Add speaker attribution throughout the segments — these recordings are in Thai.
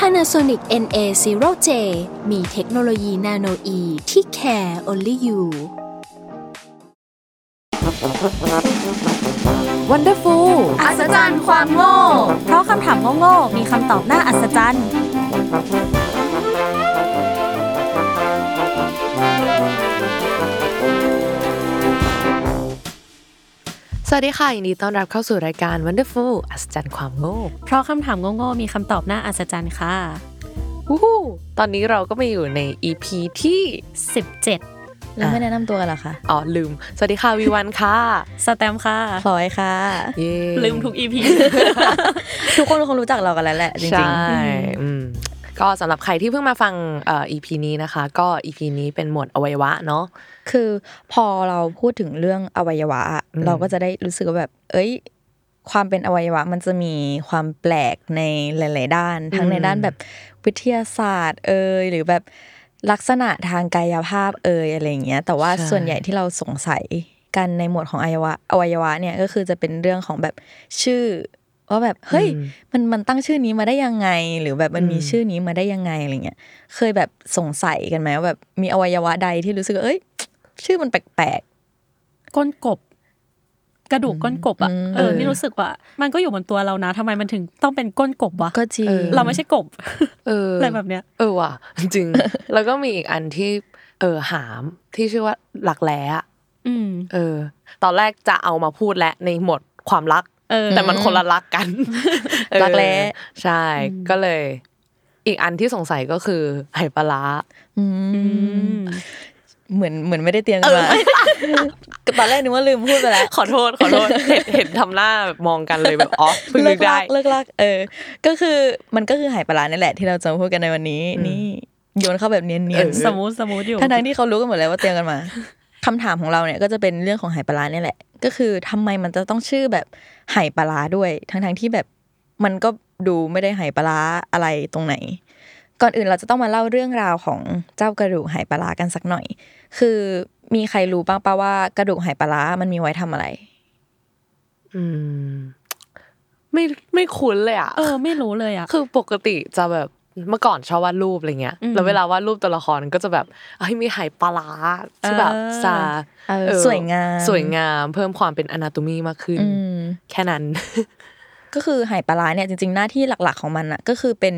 Speaker 1: Panasonic NA0J มีเทคโนโลยีนาโนอีที่ care only you
Speaker 2: Wonderful
Speaker 3: อัศจรรย์ความโง่
Speaker 2: เพราะคำถามโง่ๆมีคำตอบน่าอัศจรรย์
Speaker 4: สวัสดีค่ะยินดีต้อนรับเข้าสู่รายการ Wonderful อัศจรรย์ความโง่
Speaker 2: เพราะคำถามโง่ๆมีคำตอบน่าอัศจรรย์ค่ะ
Speaker 4: วู้ฮู้ตอนนี้เราก็มาอยู่ใน EP ที่
Speaker 2: 17
Speaker 3: แล้วไม่แนะนำตัวกันเหรอคะ
Speaker 4: อ๋อลืม สวัสดีค่ะวีวันค่ะ
Speaker 2: สแตมป์ค่ะ
Speaker 3: พลอยค่ะ
Speaker 4: เย้
Speaker 2: ลืมทุก EP
Speaker 3: ทุกคนคงรู้จักเรากันแล้วแหละ จริ
Speaker 4: ใช่
Speaker 3: ง
Speaker 4: อืมก็สำหรับใครที่เพิ่งมาฟังเอ่อ EP นี้นะคะ ก็ EP นี้เป็นหมวดอวัยวะเนาะ
Speaker 3: ๆ คือพอเราพูดถึงเรื่องอวัยวะอะ
Speaker 4: อืม
Speaker 3: เราก็จะได้รู้สึกว่าแบบ เอ้ย ความเป็นอวัยวะมันจะมีความแปลกในหลาย ๆ ด้าน ทั้งในด้านแบบวิทยาศาสตร์ เอ่ยหรือแบบลักษณะทางกายภาพเอ่ยอะไรอย่างเงี้ย แต่ว่าส่วนใหญ่ที่เราสงสัยกันในหมวดของอวัยวะอวัยวะเนี่ยก็คือจะเป็นเรื่องของแบบชื่อว่าแบบเฮ้ย
Speaker 4: อืม
Speaker 3: มันมันตั้งชื่อนี้มาได้ยังไง หรือแบบมันมี
Speaker 4: อืม
Speaker 3: ชื่อนี้มาได้ยังไงอะไรเงี้ยเคยแบบสงสัยกันไหมว่าแบบมีอวัยวะใดที่รู้สึกว่าเอ้ย ชื่อมันแปลก
Speaker 2: ก้นกบ กระดูกก้นกบอ่ะ
Speaker 3: อืม
Speaker 2: เออ นี่รู้สึกว่า มันก็อยู่บนตัวเรานะทำไมมันถึงต้องเป็นก้นกบวะ
Speaker 3: ๆ ก็จริง
Speaker 4: เออ
Speaker 2: เราไม่ใช่กบ
Speaker 4: เออ
Speaker 2: อะไรแบบเนี้ย
Speaker 4: เออว่ะ จริ ง แล้วก็มีอีกอันที่เออหามที่ชื่อว่าหลักแร้อะ
Speaker 2: อืม
Speaker 4: เออ ตอนแรกจะเอามาพูดและในหมวดความรัก
Speaker 2: เออ
Speaker 4: แต่มันคนละรักกัน
Speaker 3: รักแร้
Speaker 4: เออใช่ก็เลย อีกอันที่สงสัยก็คือไหปลาร้า
Speaker 3: อืมเหมือนเหมือนไม่ได้เตรียมกันมาก็ตอนแรกนึกว่าลืมพูดไปแล้ว
Speaker 4: ขอโทษ ขอโทษ เห็นเห็นทำหน้าแบบมองกันเลยแบบอ๋อเพิ่งนึกได้
Speaker 3: กเลิกลักเออ ก็คือมันก็คือหายปลาร้านี่แหละที่เราจะมาพูดกันในวันนี้
Speaker 4: อืม
Speaker 3: นี่โยนเข้าแบบเนี
Speaker 4: เอย
Speaker 3: น
Speaker 4: อ
Speaker 3: ๆ
Speaker 2: สมูทสมูทอยู่
Speaker 3: ทั้งๆที่เขารู้กันหมดแล้วว่าเตรียมกันมา คำถามของเราเนี่ยก็จะเป็นเรื่องของไหปลาร้าเนี่ยแหละ ก็คือทำไมมันจะต้องชื่อแบบไหปลาร้าด้วย ทั้งๆที่แบบมันก็ดูไม่ได้ไหปลาร้าอะไรตรงไหน ก่อนอื่นเราจะต้องมาเล่าเรื่องราวของเจ้ากระดูกไหปลาร้ากันสักหน่อย คือมีใครรู้บ้างปะว่ากระดูกไหปลาร้ามันมีไว้ทำอะไร
Speaker 4: อืม ไม่ไม่คุ้นเลยอ่ะ
Speaker 2: เออ ไม่รู้เลยอ่ะ
Speaker 4: คือปกติจะแบบเมื่อก่อนชอบวาดรูปอะไรเงี้ย
Speaker 2: อืม
Speaker 4: แล้วเวลาวาดรูปตัวละครก็จะแบบเฮ้ยมีไหปลาร้าที่แบบ
Speaker 2: เออ
Speaker 4: จะ
Speaker 3: เออ
Speaker 4: เออ
Speaker 3: สวยงาม
Speaker 4: สวยงาม เพิ่มความเป็นอนาโตมีมากขึ้น
Speaker 3: อืม
Speaker 4: แค่นั้น
Speaker 3: ก็คือไหปลาร้าเนี่ยจริงๆหน้าที่หลักๆของมันอะก็คือเป็น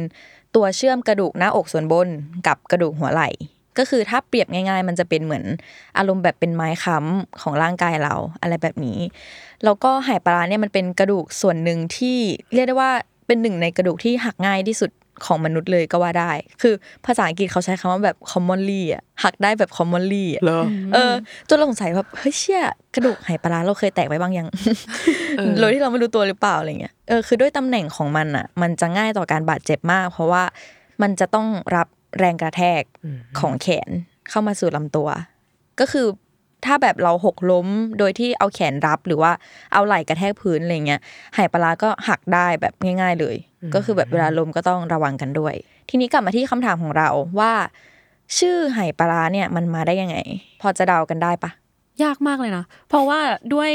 Speaker 3: ตัวเชื่อมกระดูกหน้าอกส่วนบนกับกระดูกหัวไหล่ ก็คือถ้าเปรียบง่าย ๆ มันจะเป็นเหมือนอารมณ์แบบเป็นไม้ค้ำของร่างกายเราอะไรแบบนี้ แล้วก็ไหปลาร้าเนี่ยมันเป็นกระดูกส่วนหนึ่งที่เรียกได้ว่าเป็นหนึ่งในกระดูกที่หักง่ายที่สุดของมนุษย์เลยก็ว่าได้ คือภาษาอังกฤษเขาใช้คำว่าแบบ commonly อะหักได้แบบ commonly อะ
Speaker 4: แล้ว
Speaker 3: เออจนเราสงสัยแบบเฮ้ยเชี่ยกระดูกไหปลาร้าเราเคยแตกไว้บ้างยัง
Speaker 4: เออ
Speaker 3: โดยที่เราไม่รู้ตัวหรือเปล่าอะไรเงี้ยเออคือด้วยตำแหน่งของมันอ่ะ มันจะง่ายต่อการบาดเจ็บมาก เพราะว่ามันจะต้องรับแรงกระแทกของแขนเข้ามาสู่ลำตัว ก็คือถ้าแบบเราหกล้มโดยที่เอาแขนรับหรือว่าเอาไหล่กระแทกพื้นอะไรเงี้ยไหปลาร้าก็หักได้แบบง่าย ๆเลย ก็คือแบบเวลาล้มก็ต้องระวังกันด้วย ทีนี้กลับมาที่คำถามของเราว่า ชื่อไหปลาร้าเนี่ยมันมาได้ยังไง พอจะเดากันได้ปะ
Speaker 2: ยากมากเลยนะ เพราะว่าด้วย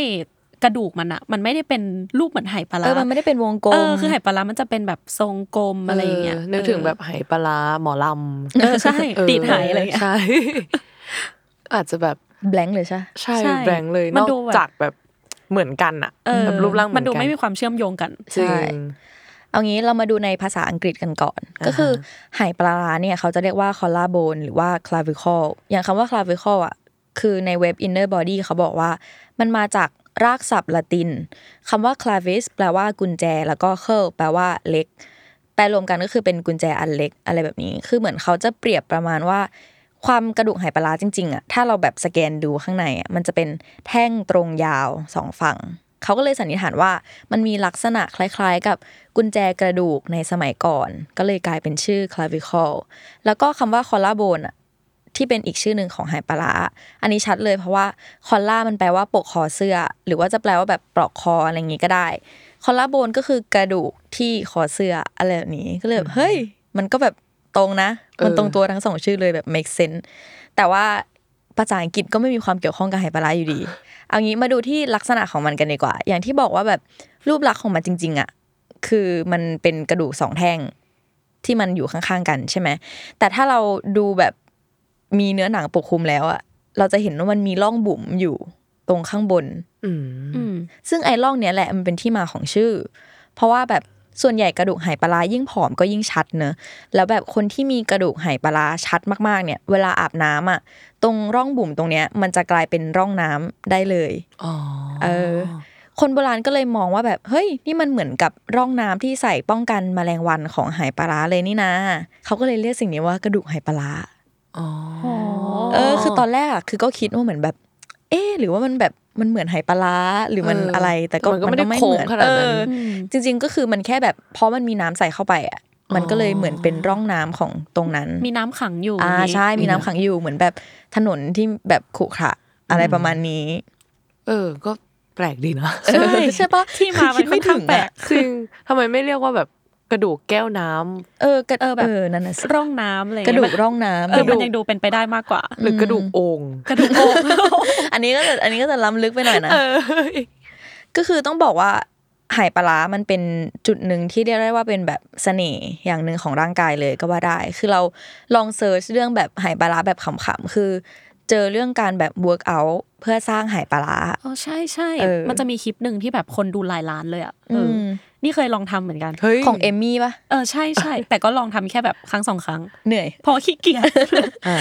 Speaker 2: กระดูกมันอะมันไม่ได้เป็นรูปเหมือนไหปลาร้า
Speaker 3: เออมันไม่ได้เป็นวงกลม
Speaker 2: เออคือไหปลาร้ามันจะเป็นแบบทรงกลมอะไรอย่างเงี้ย
Speaker 4: นึกถึงแบบไหปลาร้าหมอลำ
Speaker 2: เออใช่
Speaker 4: เออ
Speaker 2: ตีดไหอะไรอย่างเงี้ย
Speaker 4: ใช่ อาจจะแบบ
Speaker 3: แบงค์เลยใช่ปะ
Speaker 4: ใช่
Speaker 2: ใช่
Speaker 4: แบงค์เลย
Speaker 2: มัน น
Speaker 4: อก
Speaker 2: ดูแบบ
Speaker 4: จากแบบเหมือนกันอะ
Speaker 2: เออ
Speaker 4: แบบรูปร่างเหมื
Speaker 2: มั
Speaker 4: อน น
Speaker 2: ดู
Speaker 4: กัน
Speaker 2: ไม่มีความเชื่อมโยงกัน
Speaker 4: จริง
Speaker 3: เอางี้เรามาดูในภาษาอังกฤษกันก่อน
Speaker 4: อ่าฮะ
Speaker 3: ก็คือไหปลาร้าเนี่ยเขาจะเรียกว่า collarbone หรือว่า clavicle อย่างคำว่า clavicle อ่ะคือในเว็บ inner body เขาบอกว่า มันมาจากรากศัพท์ละตินคำว่า clavis แปลว่ากุญแจ แล้วก็ curl แปลว่าเล็ก แปลรวมกันก็คือเป็นกุญแจอันเล็กอะไรแบบนี้ คือเหมือนเขาจะเปรียบประมาณว่า ความกระดูกไหปลาร้าจริงๆอ่ะถ้าเราแบบสแกนดูข้างในอ่ะมันจะเป็นแท่งตรงยาวสองฝั่ง เขาก็เลยสันนิษฐานว่ามันมีลักษณะคล้ายๆ กับกุญแจกระดูกในสมัยก่อน ก็เลยกลายเป็นชื่อ clavicle แล้วก็คำว่า collarbone อะที่เป็นอีกชื่อหนึ่งของหายปลาร้าอันนี้ชัดเลยเพราะว่า collar มันแปลว่าปกคอเสื้อ หรือว่าจะแปลว่าแบบปลอกคออะไรอย่างนี้ก็ได้ คอลลาโบนก็คือกระดูกที่คอเสื้ออะไรแบบนี้ก็เลยแบบเฮ้ย มันก็แบบตรงนะ มัน
Speaker 4: เออ
Speaker 3: ตรงตัวทั้งสองชื่อเลยแบบ make sense แต่ว่าภาษาอังกฤษก็ไม่มีความเกี่ยวข้องกับไหปลาร้าอยู่ดี เอางี้มาดูที่ลักษณะของมันกันดีกว่า อย่างที่บอกว่าแบบรูปลักษณ์ของมันจริง ๆอ่ะคือมันเป็นกระดูกสองแท่งที่มันอยู่ข้างๆกันใช่ไหมแต่ถ้าเราดูแบบมีเนื้อหนังปกคลุมแล้วอ่ะเราจะเห็นว่ามันมีร่องบุ๋มอยู่ตรงข้างบน
Speaker 4: อืม
Speaker 2: อืม
Speaker 3: ซึ่งไอ้ร่องเนี้ยแหละมันเป็นที่มาของชื่อ เพราะว่าแบบส่วนใหญ่กระดูกไหปลาร้ายิ่งผอมก็ยิ่งชัดเนอะแล้วแบบคนที่มีกระดูกไหปลาร้าชัดมากๆเนี่ย เวลาอาบน้ำอ่ะตรงร่องบุ่มตรงเนี้ยมันจะกลายเป็นร่องน้ำได้เลย
Speaker 4: อ๋อ
Speaker 3: เออ คนโบราณก็เลยมองว่าแบบเฮ้ยนี่มันเหมือนกับร่องน้ำที่ใส่ป้องกันแมลงวันของไหปลาร้าเลยนี่นะเขาก็เลยเรียกสิ่งนี้ว่ากระดูกไหปลาร้า
Speaker 4: อ๋อ
Speaker 3: เออคือตอนแรกอะคือก็คิดว่าเหมือนแบบ เอ๊ะหรือว่ามันแบบมันเหมือนไหปลาร้าหรือมัน
Speaker 4: เอออ
Speaker 3: อะไร แต่ก็
Speaker 4: มันก็ไม่ได้โค้งขนาดนั้น
Speaker 3: เอออจริง ๆ ก็คือมันแค่แบบเพราะมันมีน้ำใส่เข้าไปอ่ะมันก็เลยเหมือนเป็นร่องน้ำของตรงนั้น
Speaker 2: มีน้ำขังอยู่
Speaker 3: อ่า
Speaker 2: ย่งนี้
Speaker 3: ใช่มีน้ำขังอยู่เหมือนแบบถนนที่แบบขรุขระอะไรประมาณนี้
Speaker 4: เออ ก็แปลกดีเนอะ
Speaker 3: ใช่ใช่ปะ
Speaker 2: ที่มา
Speaker 3: คือคิด
Speaker 2: มันค่อ
Speaker 3: ไม่
Speaker 2: น
Speaker 3: ถึ
Speaker 2: ข้าง
Speaker 3: ง
Speaker 2: แปล
Speaker 3: อะ
Speaker 2: ก
Speaker 4: จริงทำไมไม่เรียกว่าแบบกระดูกแก้วน้ำ
Speaker 3: เออก็เออแบบนั่นน่ะสิ
Speaker 2: ร่องน้ำอะไรอย่าก ง
Speaker 3: ระ
Speaker 2: เงี้
Speaker 3: ดูก
Speaker 2: ยมัน
Speaker 3: ร่องน้ำ
Speaker 2: เออมันยังดูเป็นไปได้มากกว่า
Speaker 4: หรือกระดูกโอง
Speaker 2: กระดูกโอ่ง
Speaker 3: อันนี้ก็จะอันนี้ก็จะล้ำลึกไปหน่อยนะ
Speaker 4: เออ
Speaker 3: ก็คือต้องบอกว่าหายปลาร้ามันเป็นจุดหนึ่งที่เรียกได้ว่าเป็นแบบเสน่ห์อย่างหนึ่งของร่างกายเลยก็ว่าได้ คือเราลองเซิร์ชเรื่องแบบหายปลาร้าแบบขำๆคือ เจอเรื่องการแบบ work out เพื่อสร้างหายปลาร้า
Speaker 2: อ๋อใช่ใช่
Speaker 3: เออ
Speaker 2: มันจะมีคลิปหนึ่งที่แบบคนดูหลายล้านเลยอ่ะเอออ
Speaker 3: ม
Speaker 2: นี่เคยลองทำเหมือนกัน
Speaker 4: เฮ้ย
Speaker 3: ของเอมมี่ปะ
Speaker 2: เออใช่ใช่ แต่ก็ลองทำแค่แบบครั้งสองครั้ง
Speaker 3: เหนื่อย
Speaker 2: พอขี้เกียจ
Speaker 4: อ่า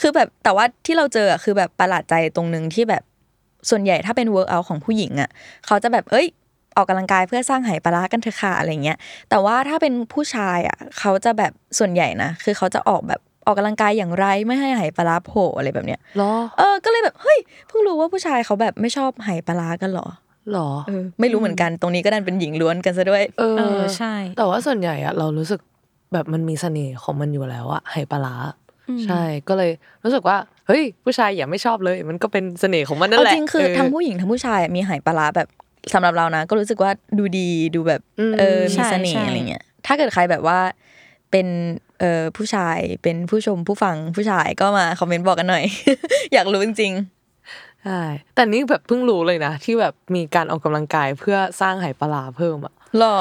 Speaker 3: คือแบบแต่ว่าที่เราเจออะคือแบบประหลาดใจตรงหนึงที่แบบส่วนใหญ่ถ้าเป็น work out ของผู้หญิงอ่ะเขาจะแบบเอ้ย ออกกำลังกายเพื่อสร้างไหปลาร้ากันเถอะค่ะอะไรเงี้ยแต่ว่าถ้าเป็นผู้ชายอ่ะเขาจะแบบส่วนใหญ่นะคือเขาจะออกแบบออกกำลังกายอย่างไรไม่ให้ไหปลาร้าโผล่อะไรแบบเนี้ย
Speaker 4: หรอ
Speaker 3: เออก็เลยแบบเฮ้ยเพิ่งรู้ว่าผู้ชายเขาแบบไม่ชอบไหปลาร้ากันเหรอ
Speaker 4: หรอ
Speaker 3: เออไม่รู้เหมือนกันตรงนี้ก็ดันเป็นหญิงล้วนกันซะด้วย
Speaker 4: เอ
Speaker 2: เอ
Speaker 4: อ
Speaker 2: อใช่
Speaker 4: แต่ว่าส่วนใหญ่อะเรารู้สึกแบบมันมีเสน่ห์ของมันอยู่แล้วอะไหปลาร้า
Speaker 2: อืม
Speaker 4: ใช่ก็เลยรู้สึกว่า เฮ้ย ผู้ชายอย่าไม่ชอบเลย มันก็เป็นเสน่ห์ของมันนั่น
Speaker 3: เอา
Speaker 4: แหละ
Speaker 3: จริงคือทั้งผู้หญิงทั้งผู้ชายมีไหปลาร้าแบบสำหรับเรานะ ก็รู้สึกว่าดูดีดูแบบ เออมีเสน่ห์อะไรเงี้ย ถ้าเกิดใครแบบว่าเป็นเออผู้ชายเป็นผู้ชมผู้ฟังผู้ชายก็มาคอมเมนต์บอกกันหน่อย อยากรู้จริง
Speaker 4: ใช่แต่นี่แบบเพิ่งรู้เลยนะ ที่แบบมีการออกกำลังกายเพื่อสร้างไหปลาร้าเพิ่มอะ
Speaker 3: ๆหรอ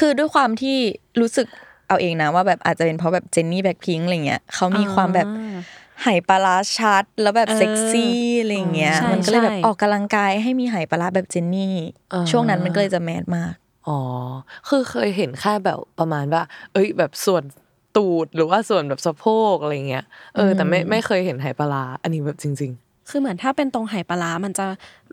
Speaker 3: คือด้วยความที่รู้สึกเอาเองนะว่าแบบอาจจะเป็นเพราะแบบเจนนี่แบ็คพิงอะไรเงี้ยเขามีความแบบ
Speaker 2: อ่า
Speaker 3: ไหปลาร้าชัด แล้วแบบ
Speaker 2: เออ
Speaker 3: เซ็กซี่อะไรเงี้ย
Speaker 2: ใช่
Speaker 3: มันก็เลยแบบ
Speaker 2: ใช่
Speaker 3: ออกกำลังกายให้มีไหปลาร้าแบบเจนนี่
Speaker 4: อ่า
Speaker 3: ช่วงนั้นมันก็เลยจะแมสมาก
Speaker 4: อ๋อ คือเคยเห็นแค่แบบประมาณว่า เอ้ย แบบส่วนตูดหรือว่าส่วนแบบสะโพกอะไรเงี้ย เออ แต่ไม่ไม่เคยเห็นไหปลาร้าอันนี้แบบจริง
Speaker 2: คือเหมือนถ้าเป็นตรงไหปลาร้ามันจะ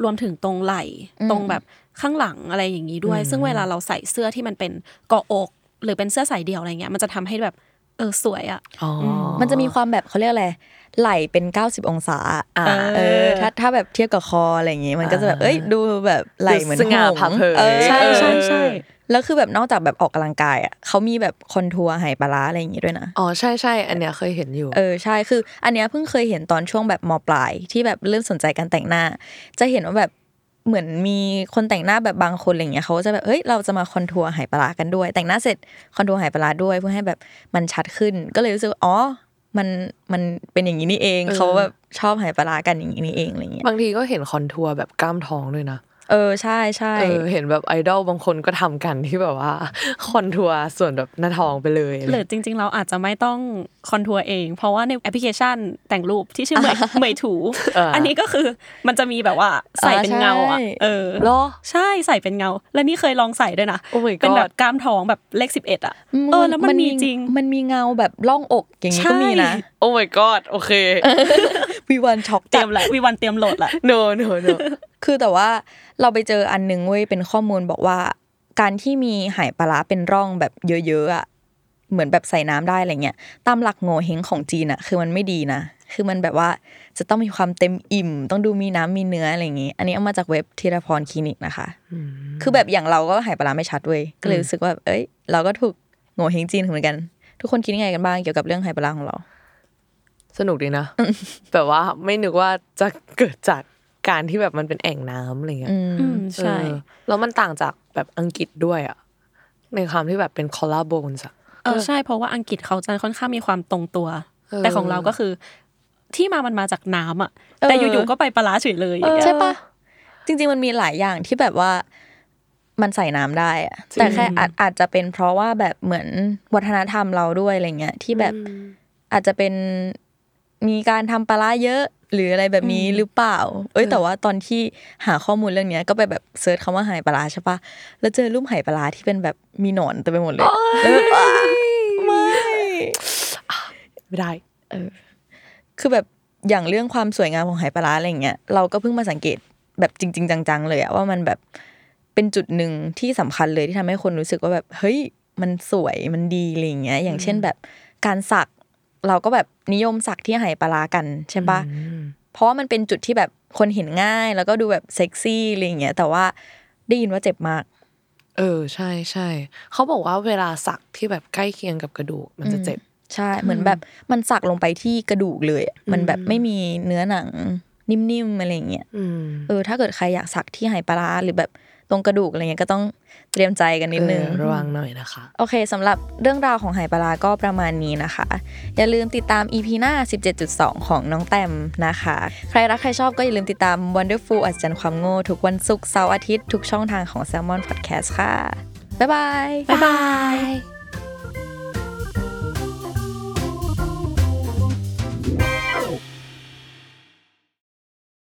Speaker 2: รวมถึงตรงไหล่
Speaker 3: อืม
Speaker 2: ตรงแบบข้างหลังอะไรอย่างนี้ด้วย ซึ่งเวลาเราใส่เสื้อที่มันเป็นเกาะอก หรือเป็นเสื้อสายเดี่ยวอะไรเงี้ยมันจะทำให้แบบเออสวยอ่ะ
Speaker 4: ๆ อ๋อ
Speaker 3: มันจะมีความแบบเขาเรียกอะไรไหลเป็น 90 องศา
Speaker 4: อ่า
Speaker 3: เออถ้าถ้าแบบเทียบกับคออะไรอย่างงี้ มันก็จะแบบเอ้ยดูแบบไหลเหมือน
Speaker 4: ดูสง่า
Speaker 3: ห
Speaker 4: ผ่าเผย
Speaker 3: เออ
Speaker 2: ใช่ใช่ใช่
Speaker 3: แล้วคือแบบนอกจากแบบออกกำลังกายอ่ะเขามีแบบคอนทัวร์ไหปลาร้าอะไรอย่างงี้ด้วยนะ
Speaker 4: อ๋อ ใช่ใช่ อันเนี้ยเคยเห็นอยู่
Speaker 3: เออใช่คือ อันเนี้ยเพิ่งเคยเห็นตอนช่วงแบบมปลายที่แบบเริ่มสนใจการแต่งหน้า จะเห็นว่าแบบเหมือนมีคนแต่งหน้าแบบบางคนอะไรอย่างเงี้ยเขาก็จะแบบเอ้ยเราจะมาคอนทัวร์ไหปลาร้ากันด้วย แต่งหน้าเสร็จคอนทัวร์ไหปลาร้าด้วยเพื่อให้แบบมันชัดขึ้นก็เลยรู้สึกว่าอ๋อ มันมันเป็นอย่างนี้นี่เอง
Speaker 4: เออ
Speaker 3: เขาแบบชอบหายปลาร้ากันอย่างนี้นี่เองอะไรเงี้ย
Speaker 4: บางทีก็เห็นคอนทัวร์แบบกล้ามท้องด้วยนะ
Speaker 3: เออใช่ใช่
Speaker 4: เออ เห็นแบบไอดอลบางคนก็ทำกันที่แบบว่า คอนทัวร์ส่วนแบบหน้าท้องไปเลย
Speaker 2: หรือจริง ๆ เราอาจจะไม่ต้องคอนทัวร์เอง เพราะว่าในแอปพลิเคชันแต่งรูปที่ชื่อเหมยเหมยถู อันนี้ก็คือมันจะมีแบบว่าใส่เป็นเงาอ่ะเออ
Speaker 4: เหรอ
Speaker 2: ใช่ใส่เป็นเงา และนี่เคยลองใส่ด้วยนะ
Speaker 4: Oh my
Speaker 2: เป็นแบบ
Speaker 4: god
Speaker 2: กล้ามท้องแบบเลขสิบเอ็ดอ่ะเออแล้วมันมีจริง
Speaker 3: มันมีเงาแบบล่องอกอย่างนี้ก็มีนะ
Speaker 2: ใช่
Speaker 4: โอ้ my god โอเค
Speaker 3: วีวันช็อก
Speaker 2: เตรียมแหละวีวันเตรียมโหลดแหละ
Speaker 4: no no no
Speaker 3: คือแต่ว่าเราไปเจออันนึงเว้ยเป็นข้อมูลบอกว่า การที่มีหายปลาร้าเป็นร่องแบบเยอะๆอ่ะเหมือนแบบใส่น้ำได้อะไรเงี้ยตามหลักโง่เฮงของจีนอ่ะคือมันไม่ดีนะ คือมันแบบว่าจะต้องมีความเต็มอิ่ม ต้องดูมีน้ำมีเนื้ออะไรอย่างงี้ อันนี้เอามาจากเว็บธีรพรคลินิกนะคะ คือแบบอย่างเราก็หายปลาร้าไม่ชัดเว้ยก็เลยรู้สึกว่าแบบเอ้ย เราก็ถูกโง่เฮงจีนเหมือนกัน ทุกคนคิดยังไงกันบ้างเกี่ยวกับเรื่องหายปลาร้าของเรา
Speaker 4: สนุกดีนะแบบว่าไม่นึกว่าจะเกิดจากการที่แบบมันเป็นแอ่งน้ำอะไรเงี้ย
Speaker 3: อืม
Speaker 2: อืมใช่
Speaker 4: เออแล้วมันต่างจากแบบอังกฤษด้วยอะในความที่แบบเป็นคอลลาโบนส์อะ
Speaker 2: เออใช่เพราะว่าอังกฤษเขาจะค่อนข้างมีความตรงตัว
Speaker 4: เออ
Speaker 2: แต่ของเราก็คือ ที่มามันมาจากน้ำอ่ะ
Speaker 3: เออ
Speaker 2: แต่อยู่ๆก็ไปปลาร้าเฉยเลยอย่างเงี้ย
Speaker 3: ใช่ปะจริง ๆ มันมีหลายอย่างที่แบบว่ามันใส่น้ำได้อะ
Speaker 4: จริง
Speaker 3: แต่แค่อาจอาจจะเป็นเพราะว่าแบบเหมือนวัฒนธรรมเราด้วยอะไรเงี้ยที่แบบอาจจะเป็นมีการทำปลาร้าเยอะ หรืออะไรแบบนี้หรือเปล่า เอ้ยแต่ว่าตอนที่หาข้อมูลเรื่องเนี้ยก็ไปแบบเซิร์ชคำว่าหายปลาร้าใช่ปะแล้วเจอรูปหายปลาร้าที่เป็นแบบมีหนอนเต็มไปหมดเลยแล้วแบบ อ้าไม่
Speaker 4: ไม่ได้
Speaker 3: คือแบบอย่างเรื่องความสวยงามของหายปลาร้าอะไรอย่างเงี้ยเราก็เพิ่งมาสังเกตแบบจริง ๆ จังๆเลยอะว่ามันแบบเป็นจุดหนึ่งที่สำคัญเลยที่ทำให้คนรู้สึกว่าแบบเฮ้ยมันสวยมันดีอะไรอย่างเงี้ยอย่างเช่นแบบการสักเราก็แบบนิยมสักที่หายปลาร้ากันใช่ปะเพราะว่ามันเป็นจุดที่แบบคนเห็นง่าย แล้วก็ดูแบบเซ็กซี่อะไรอย่างเงี้ยแต่ว่าได้ยินว่าเจ็บมาก
Speaker 4: เออใช่ใช่เขาบอกว่าเวลาสักที่แบบใกล้เคียงกับกระดูกมันจะเจ็บ
Speaker 3: ใช่เหมือนแบบมันสักลงไปที่กระดูกเลยอะมันแบบไม่มีเนื้อหนังนิ่มๆอะไรอย่างเงี้ย
Speaker 4: อืม
Speaker 3: เออถ้าเกิดใครอยากสักที่ไหปลาร้าหรือแบบตรงกระดูกอะไรเงี้ยก็ต้องเตรียมใจกันนิดนึง
Speaker 4: เออระวังหน่อยนะคะ
Speaker 3: โอเคสำหรับเรื่องราวของไหปลาร้าก็ประมาณนี้นะคะ อย่าลืมติดตาม EP หน้า 17.2 ของน้องแต้มนะคะ ใครรักใครชอบก็อย่าลืมติดตาม Wonderful อัศจรรย์ความโง่ทุกวันศุกร์เสาร์อาทิตย์ทุกช่องทางของ Salmon Podcast ค่ะ บ๊ายบาย
Speaker 2: บ๊ายบาย